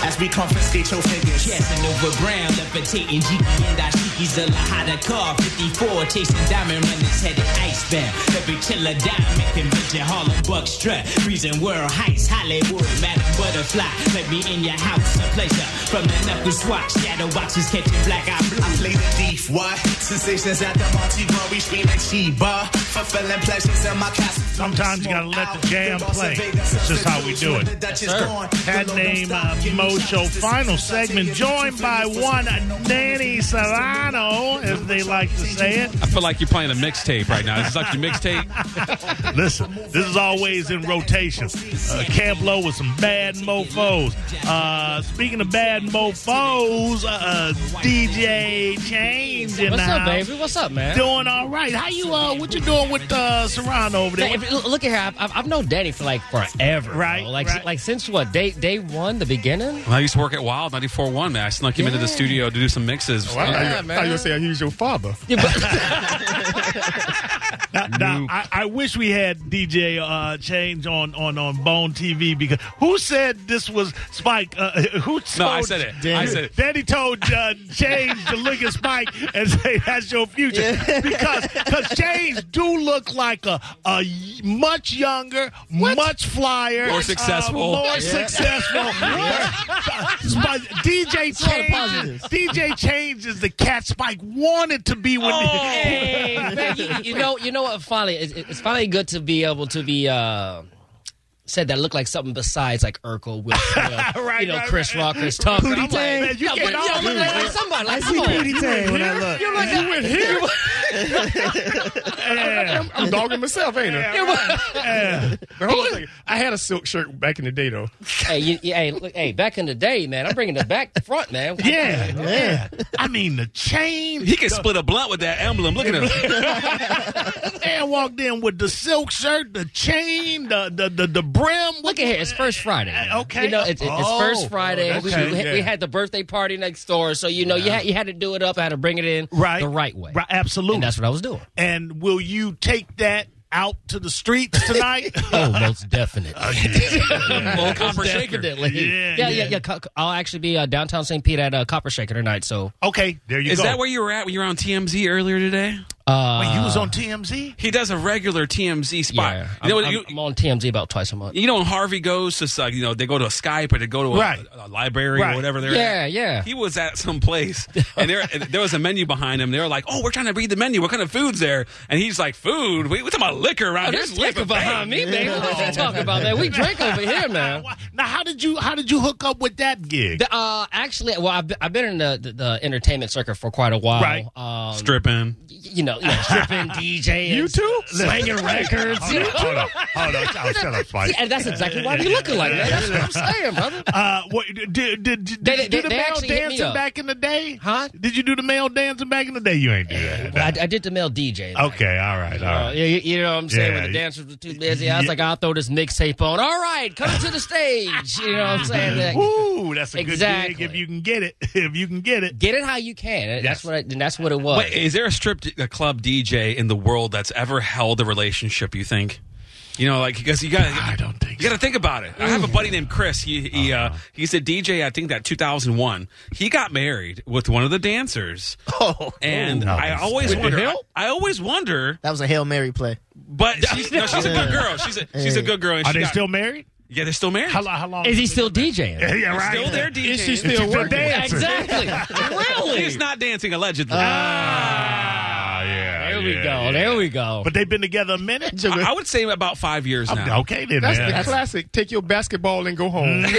as we confiscate your figures. Casanova Brown, levitating, G E, and Ashiki's a Lahada car, 54, chasing diamond runners headed icebound. Every killer diamond convention, Harlem Buck strut, freezing world heights, Hollywood, Madam Butterfly. Let me in your house, a pleasure. From the knuckle swatch, shadow boxes catching black eye blue. I play the thief, why? Sensations at the Monte Carlo, we scream like Sheba. Fulfilling pleasures in my castle. Sometimes you gotta let the jam play. That's just how we do it. Had name uh, Mojo final segment, joined by one Danny Serrano, as they like to say it. I feel like you're playing a mixtape right now. Is this like your mixtape? Listen, this is always in rotation. Uh, Camp Low with some bad mofos. Uh, speaking of bad mofos, uh, DJ Change in What's the up, house. baby? What's up, man? Doing all right. How you? Uh, what you doing with uh, Serrano over there? Hey, if- l- look at her. I've, I've known Danny for like forever, bro. Right, Like, right. like since what day day one, the beginning. Well, I used to work at Wild 94.1, man. I snuck him into the studio to do some mixes. Well, I, Yeah, I, Oh, man. I was gonna say he was your father. Now, now, I, I wish we had DJ uh, Change on, on, on Bone TV because who said this was Spike? Uh, who told, No, I said it. I said it. Danny told uh, Change to look at Spike and say that's your future because because Change do look like a a y- much younger, much flyer, More successful. uh, more successful. Spike- DJ lot of Change, positives. DJ Change is the cat Spike wanted to be when. Oh, Hey, man, you, you know, you know what? Finally, it's, it's finally good to be able to be uh, said that look like something besides like Urkel, Will Smith, Right, you know, right, Chris right. Rock, Chris Tucker. Pootie I'm like, Tang. yeah, You but get you all don't look that. like somebody. Like, I come see on. Pootie Tang when I look. You're like that. Yeah. I'm dogging myself, ain't I? Yeah. But hold on a second. I had a silk shirt back in the day, though. hey, you, you- hey, look, hey, back in the day, man, I'm bringing the back to front, man. Yeah, yeah. I mean, the chain. He can split a blunt with that emblem. Look at him. Man walked in with the silk shirt, the chain, the the the, the brim. Look at here, it's first Friday. Uh, okay. you know it's, it's Oh, first Friday. We- okay, we, we, yeah. had the birthday party next door, so you know you had you had to do it up, had to bring it in Right. the right way, Right, absolutely. and that's what I was doing. And will you take that out to the streets tonight? Oh, most definitely. Old copper shaker. Definitely. Yeah, Yeah, yeah, yeah. yeah. Co- co- I'll actually be uh, downtown St. Pete at uh, Copper Shaker tonight. So okay, there you Is go. that where you were at when you were on TMZ earlier today? uh, Wait, you was on TMZ? He does a regular TMZ spot. yeah, You know, what? I'm, I'm- you, I'm on TMZ about twice a month. you know, when Harvey goes to, uh, you know, they go to a Skype or they go to a, Right. a, a library Right. or whatever they're at. Yeah, yeah. He was at some place, and there and there was a menu behind him. They were like, "Oh, we're trying to read the menu. What kind of food's there?" And he's like, "Food? We, we're talking about liquor around Oh, here. there's liquor behind me, baby. What you talking about, man? We drink over here now. Now, how did you how did you hook up with that gig? The- uh, actually, well, I've been, I've been in the, the, the entertainment circuit for quite a while. Right. Um, Stripping. you know, you know stripping, DJing, You too? slanging records. you know? hold up, hold up, oh, shut up, Spike. And that's exactly why you looking like that. That's what I'm saying, brother. Uh, what, did, did, did, did They- you do they- the they male actually hit me dancing up. back in the day? Huh? Did you do the male dancing back in the day? You ain't do that. I, I did the male DJ. like, Okay, all right, all Uh, right. you, you know what I'm saying? When the Yeah. dancers were too busy, I was like, I'll throw this mixtape on. All right, come to the stage. You know what I'm saying? Like, Ooh, that's a good gig Exactly. if you can get it. If you can get it. get it how you can. And Yes. That's what. I, and that's what it was. Wait, is there a strip d- a club DJ in the world that's ever held a relationship? You think? You know, like because you got. I don't think You got to think about it. I have a buddy named Chris. He he uh, he's a DJ. I think that 2001. He got married with one of the dancers. Oh, and I always wonder. I, Hill? I always wonder. That was a hail mary play. But she's, no, she's a good girl. She's a she's a good girl. And Are she they got- still married? Yeah, they're still married. How, lo- how long? is he still DJing? Yeah, right. Still there, DJ. Is she still The working? dancer. exactly. Oh, really? He's not dancing allegedly. Ah, yeah. there we yeah, go. yeah. There we go. But they've been together a minute. I, I would say about five years now. Okay, then. That's man. the classic. Take your basketball and go home.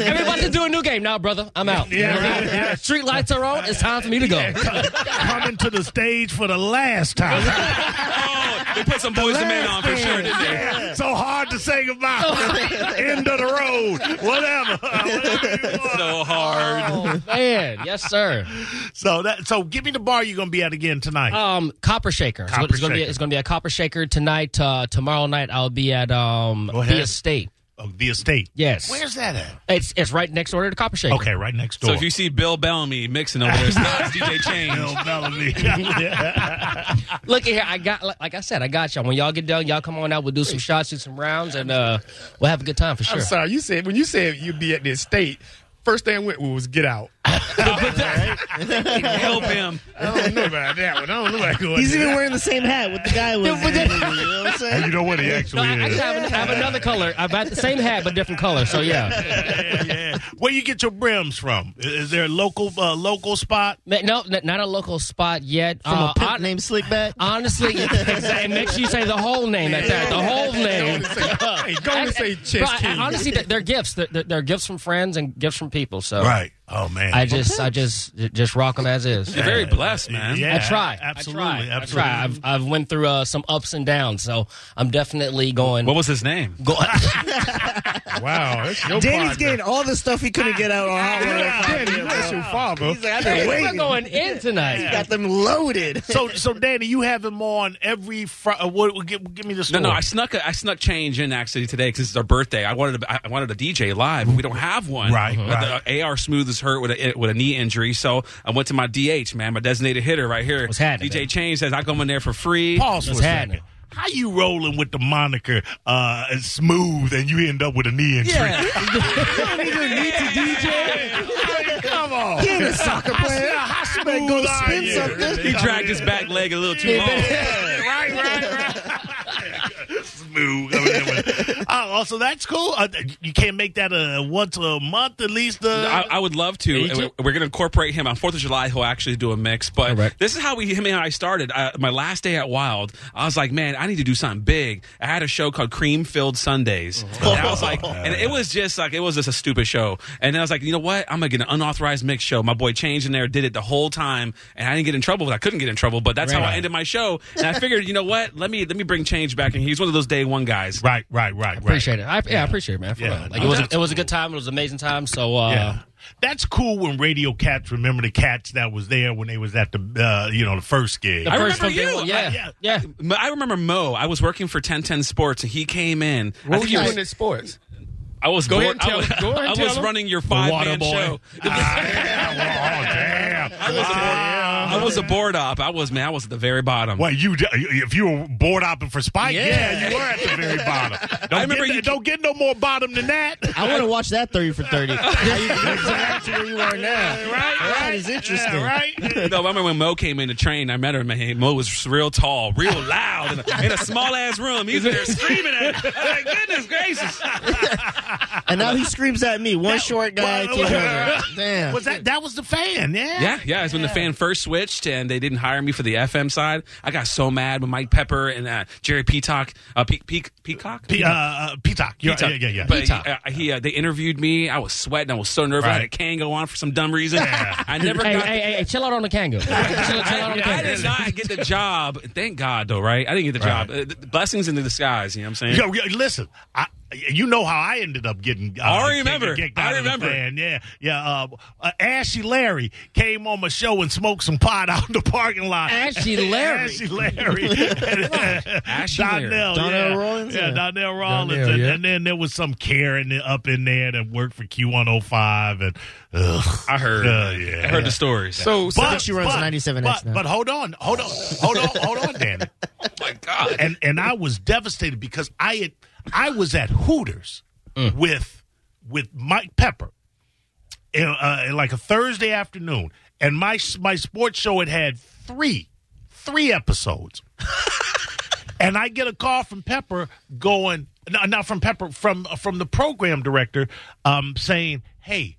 Everybody's doing a new game now, brother. I'm out. Yeah, right. Yeah. Street lights are on. It's time for me to go. Coming to the stage for the last time. Oh, they put some boys and men on for sure, didn't they? Yeah, so hard to say goodbye. End of the road. Whatever. Whatever you want. So hard. Oh, man, yes, sir. So that so give me the bar you're gonna be at again tonight. Uh, Um, Copper Shaker. It's- Copper it's gonna be Shaker. it's gonna be a Copper Shaker tonight. Uh, tomorrow night I'll be at um Go ahead. the estate. Oh, the estate. Yes. Where's that at? It's it's right next door to the Copper Shaker. Okay, right next door. So if you see Bill Bellamy mixing over there, it's not it's DJ Change. Bill Bellamy. Yeah. Look at here. I got like, like I said, I got y'all. When y'all get done, y'all come on out. We'll do some shots, do some rounds, and uh, we'll have a good time for sure. I'm sorry. You said when you said you'd be at the estate, first thing I went with was get out. Help him. I don't know about that one. I don't know about going. He's to even that. wearing the same hat with the guy was. but that- you know what I'm saying? You know what? He No, actually I actually have, an- I have another color. I've got the same hat but different color. So yeah. yeah, yeah. Where you get your brims from? I- Is there a local uh, local spot? Ma- No, n- not a local spot yet. From Uh, a pimp hon- named Slickback. Honestly, exactly. make sure you say the whole name. That's that. The whole name. Hey, go and say Bro, uh, chess I- king. I- honestly, they're, they're gifts. They're, they're, they're gifts from friends and gifts from people. So Right. Oh man. I just, I just, just rock them as is. You're very blessed, man. yeah, I try. Absolutely. I try. absolutely. I try. I've, I've went through uh, some ups and downs, so I'm definitely going. What was his name? go- wow, that's your Danny's partner. getting all the stuff he couldn't get out on Hot Wheels. Danny, that's your father. He's like, I've been we're waiting. going in tonight. Got them loaded. So, so Danny, you have him on every Friday. What? Give, give me the No, story. no, I snuck a, I snuck change in actually today because it's our birthday. I wanted a, I wanted a DJ live, but we don't have one. Right, But right. The AR Smooth is hurt with a with a knee injury, so I went to my DH man, my designated hitter right here. What's happening? DJ Change says I come in there for free. Pause for a What's second. happening? How you rolling with the moniker uh, smooth, and you end up with a knee injury? Come on. He ain't a soccer player. How Better smooth go are spin you? something. He dragged his back leg a little too long. right, right, right. Smooth. I mean, that was- Oh, also that's cool. Uh, you can't make that a once a month at least. Uh, I, I would love to. Agent? And we- We're going to incorporate him on Fourth of July. He'll actually do a mix. But Correct. this is how we, him and I started. Uh, my last day at Wild, I was like, man, I need to do something big. I had a show called Cream Filled Sundays, and I was like, and it was just like it was just a stupid show. And then I was like, you know what? I'm gonna get an unauthorized mix show. My boy Change in there did it the whole time, and I didn't get in trouble. I couldn't get in trouble, but that's how I Right. ended my show. And I figured, you know what? Let me let me bring Change back. And he's one of those day one guys. right, right, right, right. Appreciate it. I, yeah, I appreciate it, man. For Yeah. real. Like, No, it was, a, that's it was a cool. good time. It was an amazing time. So, uh, Yeah. That's cool when Radio Cats remember the cats that was there when they was at the uh, you know the first gig. I remember first from day you. one- I- Yeah, yeah. yeah. Mo- I remember Mo. I was working for 1010 Sports, and he came in. I What were think you he was- doing at sports? I was Go bored- ahead and tell I was, him. Go ahead and I was tell him. running your The five water man boy. show. Ah, yeah, well, oh, damn. I was, a board, I was a board op. I was man. I was at the very bottom. Well, you if you were bored hopping for Spike, yeah, you were at the very bottom. Don't, remember get, you- don't get no more bottom than that. I want to watch that 30 for 30. How you get back to where you are now. right, That is interesting. Yeah, right. No, I remember when Mo came in the train. I met him. and he- Mo was real tall, real loud, in a, in a small ass room. He's in there screaming at. Me. I'm like, goodness gracious! And now he screams at me. One short guy to Well, another. Damn. Was that that was the fan? Yeah. Yeah, yeah. It's when the fan first switched and they didn't hire me for the FM side. I got so mad when Mike Pepper and uh, Jerry Peacock, uh, Pe- Pe- Peacock, P- uh, uh, Peacock. Yeah, yeah, yeah, yeah. But uh, he, uh, they interviewed me. I was sweating. I was so nervous. I had a Right. Kango on for some dumb reason. I never Hey, got. hey, hey, hey, chill out on the Kango. chill, chill out on the I Kango. did not get the job. Thank God, though, right? I didn't get the job. Uh, th- blessings in the disguise. You know what I'm saying? Yo, yo, listen, I, you know how I ended up getting. Uh, I kicked- remember. kicked I out of the remember. Fan. Yeah, yeah. Uh, uh, Ashy Larry came on my show and smoked some pot out in the parking lot. Ashy Larry? Ashy Larry. Ashy Larry. Donnell. Donnell yeah. Rawlins, Yeah, yeah. Donnell Rollins. Donnell, and, yeah. and then there was some Karen up in there that worked for Q105. And ugh. I heard. Uh, yeah. I heard the stories. So, so think she runs a 97X but, now. but hold on, hold on, hold on, hold on, Danny. Oh, my God. and and I was devastated because I had I was at Hooters with with Mike Pepper, in, uh, in like a Thursday afternoon, and my my sports show had had three three episodes, and I get a call from Pepper going no, not from Pepper from uh, from the program director um, saying hey.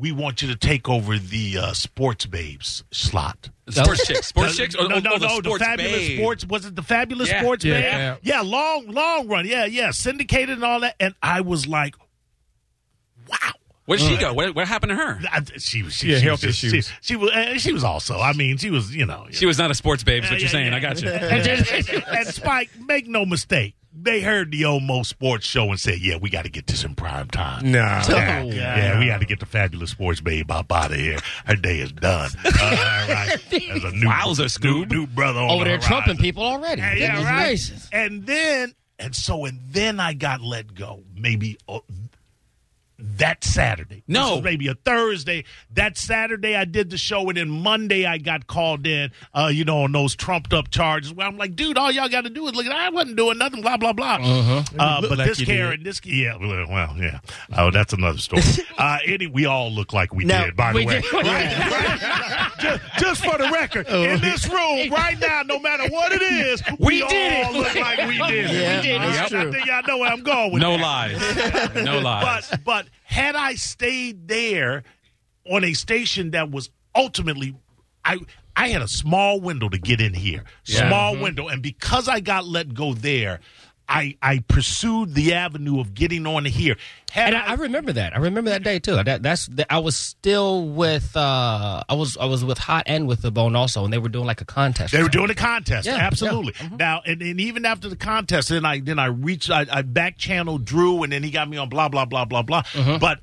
We want you to take over the uh, sports babes slot. sports chicks. Sports The- chicks. Or, no, or- no, or the no, sports fabulous babe. sports. Was it the fabulous Yeah. sports Yeah, man? yeah. Yeah. long, long run. Yeah, yeah, syndicated and all that. And I was like, wow. Where did she go? What, what happened to her? I, she was, she, she Yeah, was, health just- she, issues. she was, uh, she was also. I mean, she was, you know, She was not a sports babe. Is what you're saying? I got you. you. and Spike, make no mistake, they heard the Omo Sports Show and said, "Yeah, we got to get this in prime time." nah. Oh, Yeah, yeah, we had to get the fabulous sports babe up out of here. Her day is done. Uh, all right. There's a new, Wowza, Scoob. new, new brother on Over the there, horizon. trumping people already. Yeah, yeah, Goodness right. gracious. And then And so, and then I got let go. Maybe uh, that Saturday. No. This was maybe a Thursday. That Saturday I did the show, and then Monday I got called in. Uh, you know, on those trumped up charges. Well, I'm like, dude, all y'all got to do is look. at I wasn't doing nothing. Blah blah blah. Uh-huh. look but like this you did. Karen, this yeah, well, well, yeah. Oh, that's another story. uh, any, we all look like we Now, did. By the we way, did. just, just for the record, in this room right now, no matter what it is, we, We did all it. look like we did. it. Yeah, We did it. I that's true. think y'all know where I'm going with No that. lies. No lies. But but had I stayed there on a station that was ultimately, I I had a small window to get in here, small window, and because I got let go there. I, I pursued the avenue of getting on here. Had And I, I remember that. I remember that day too. That, that's the, I was still with uh, I was I was with Hot and with the Bone also, and they were doing like a contest. They were doing a contest, Yeah, Mm-hmm. absolutely. Now, and, and even after the contest, then I then I reached, I, I back channeled Drew, and then he got me on blah blah blah blah blah. Uh-huh. But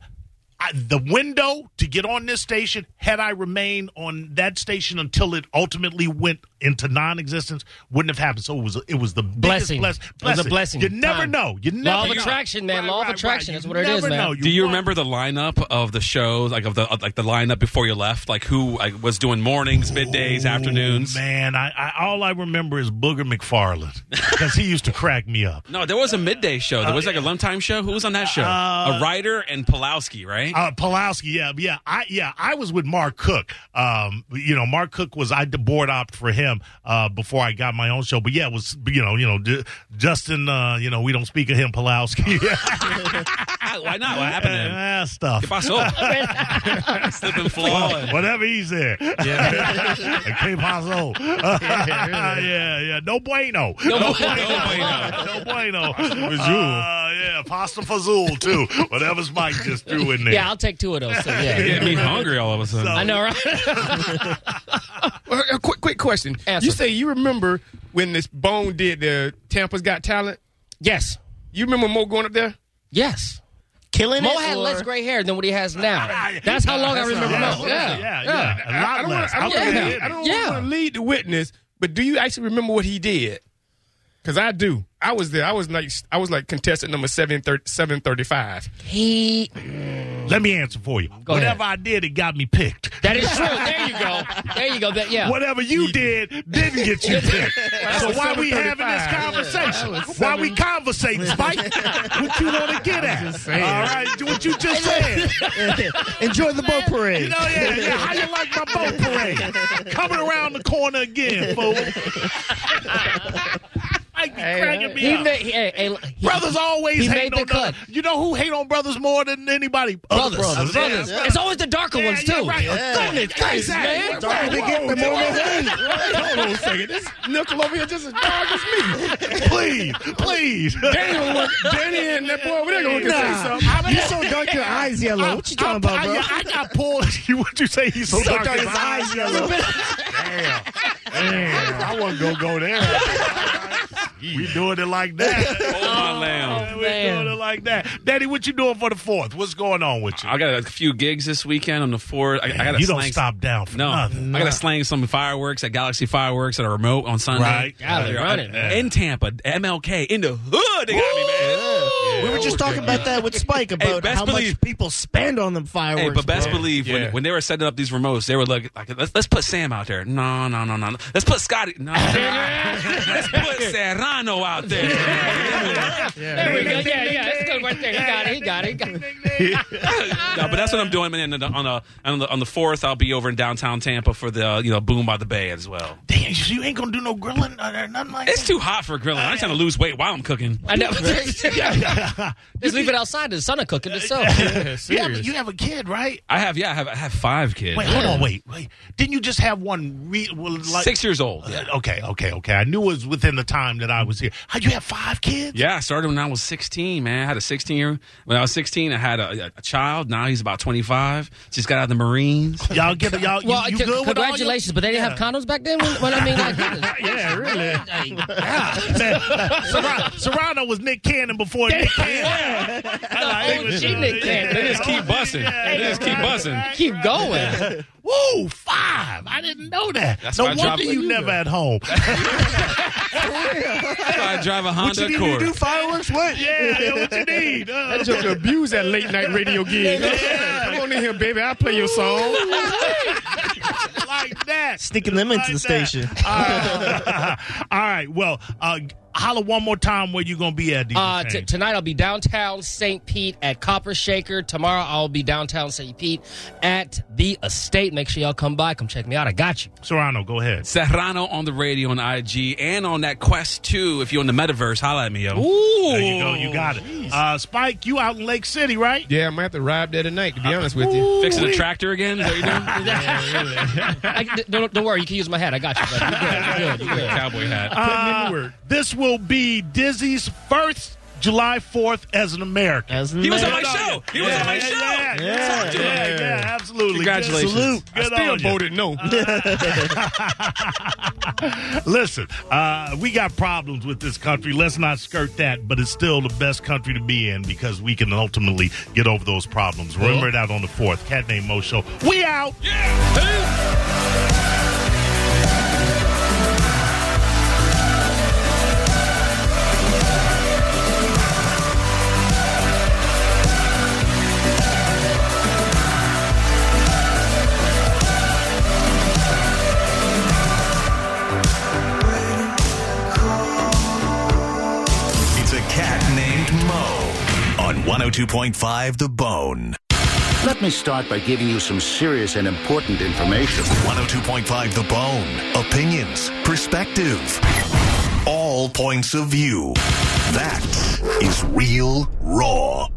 I, the window to get on this station, had I remained on that station until it ultimately went into non-existence, wouldn't have happened. So it was it was the biggest Blessing. bless- It was a blessing. blessing. You never Time. know. You never Law of know. attraction, man. Right, Law of right, right. attraction. That's You what it is, never man. know. Do you want- remember the lineup of the shows, like of the of, like the lineup before you left, like who like, was doing mornings, middays, afternoons? Oh, Man, I, I all I remember is Booger McFarland because he used to crack me up. No, there was a midday show. Uh, There was like a lunchtime show. Who was on that show? a writer and Pulowski, right? Uh, Pulowski, yeah, yeah, I, yeah, I was with Mark Cook. Um, you know, Mark Cook was I board opt for him uh, before I got my own show. But yeah, it was you know, you know, Ju- Justin. Uh, you know, we don't speak of him, Pulowski. Ah, Why not? What happened to him? Ah, stuff. ¿Qué pasó? Slip and fall. Whatever he's there. Yeah. Que paso? yeah, yeah. No bueno. No, bueno. No bueno. Uh, yeah, pasta fazool, too. Whatever's Mike just threw in there. Yeah, I'll take two of those. So, yeah. Yeah, me hungry all of a sudden. I know, right? Uh, uh, quick, quick question. Answer. You say you remember when this Bone did the Tampa's Got Talent? yes, You remember Mo going up there? yes. Killing Mo it. had or- less gray hair than what he has now. That's how long I remember Yeah, Mo. Yeah. yeah, yeah. A lot I don't less. wanna- I I'll don't tell wanna you lead- I that. don't Yeah. want to lead the witness, but do you actually remember what he did? Because I do. I was there. I was like, I was like contestant number seven thirty seven thirty five. He. Let me answer for you. Go Whatever I did, it got me picked. That is true. There you go. There you go. That, yeah. Whatever you did didn't get you picked. so was why we having this 735. conversation? Why we conversating, Spike? what you want to get at? All right, what you just said. Enjoy the boat parade. You know, yeah, yeah. How you like my boat parade? Coming around the corner again, fool. Mike be cracking me He up. made. He, hey, hey, he- Brothers always He hate made on the cut. You know who hate on brothers more than anybody? Other Brothers, brothers, Yeah, It's always the darker ones too. yeah, right. Goodness gracious, man. man. Darker they get, the more they hate. Hold on a second. This nickel over here just as dark as me. Please, please. Danny, don't want- Danny and that boy over there going to say Nah, something. you so dark your eyes yellow. What you talking about, I, bro? I, I got pulled. What'd you say? He's so, So dark, dark his eyes yellow. Damn. Damn. I wasn't going to go there. we doing it like that. Oh, my lamb. we doing it like that. Daddy, what you doing for the 4th? What's going on with you? I got a few gigs this weekend on the fourth. I, I got you don't stop down for No, nothing. I got to slang some fireworks at Galaxy Fireworks at a remote on Sunday. Right. Yeah, they're running, man. in Tampa, MLK in the hood. They got me, man. we were just talking about that with Spike about best how much believe- people spend on them Hey, fireworks. but best bro. believe Yeah. when, when they were setting up these remotes, they were like, like let's, let's put Sam out there. No, no, no, no. no. Let's put Scotty. No. let's put Serrano out there. There we go. Yeah, yeah. It's good right there. He got it. He got it. He got it. no, but that's what I'm doing. And then on the on the on the fourth, I'll be over in downtown Tampa for the you know Boom by the Bay as well. Damn, so you ain't going to do no grilling or nothing like It's too hot for grilling. I'm trying to lose weight while I'm cooking. I know. Just leave it outside. The sun will cook it itself. that. You have, you have a kid, right? I have yeah, I have I have five kids. Wait, hold on, wait, wait. Didn't you just have one? Re- well, like, Six years old. Yeah. Okay, okay, okay. I knew it was within the time that I was here. How you have five kids? Yeah, I started when I was 16, man. I had a 16 year. When I was 16, I had a, a child. Now he's about 25. Just got out of the Marines. Y'all get it. Y'all, you- Well, you, c- good with all your- congratulations, but they didn't have condoms back then. When, when I mean, like, goodness. Yeah, really. Serrano, Serrano was Nick Cannon before Nick Nick Cannon. The English OG Oh, Nick Cannon. They just keep bussing. They just keep bussing. Keep going. Woo, five. I didn't know that. That's no why I wonder dropped- you never at home. That's why I drive a you Honda need to do Accord. fireworks? What? yeah, yeah, what you need? Uh, Just to abuse that late night radio gig. Come on in here, baby. I'll play your song. like that. Sticking them into Like the that. station. All right. Well, uh, holler one more time where you gonna be at. DJ Uh, t- Kane. tonight I'll be downtown St. Pete at Copper Shaker. Tomorrow I'll be downtown St. Pete at the Estate. Make sure y'all come by. Come check me out. I got you. Serrano, go ahead. Serrano on the radio on IG and on that Quest 2. If you're in the metaverse, holla at me, yo. There you go. You got it. Uh, Spike, you out in Lake City, right? Yeah, I might have to ride there tonight, to be honest with you. Fixing a tractor again? Is that what you're doing? I, don't, don't worry. You can use my hat. I got you. Buddy. You're good. You're good. You're good. Cowboy hat. Uh, this will be Dizzy's first July 4th as an American. As an He was on my American. show. He was yeah, on my show. Yeah, yeah, Yeah. yeah, yeah, absolutely. Congratulations. Good, Salute. good Still on you. voted no. Listen, uh, we got problems with this country. Let's not skirt that, but it's still the best country to be in because we can ultimately get over those problems. Remember that on the 4th. Cat Name Mo Show. We out. It's a cat named Mo on 102.5 The Bone. Let me start by giving you some serious and important information. 102.5 The Bone. Opinions, perspective, all points of view. That is real raw.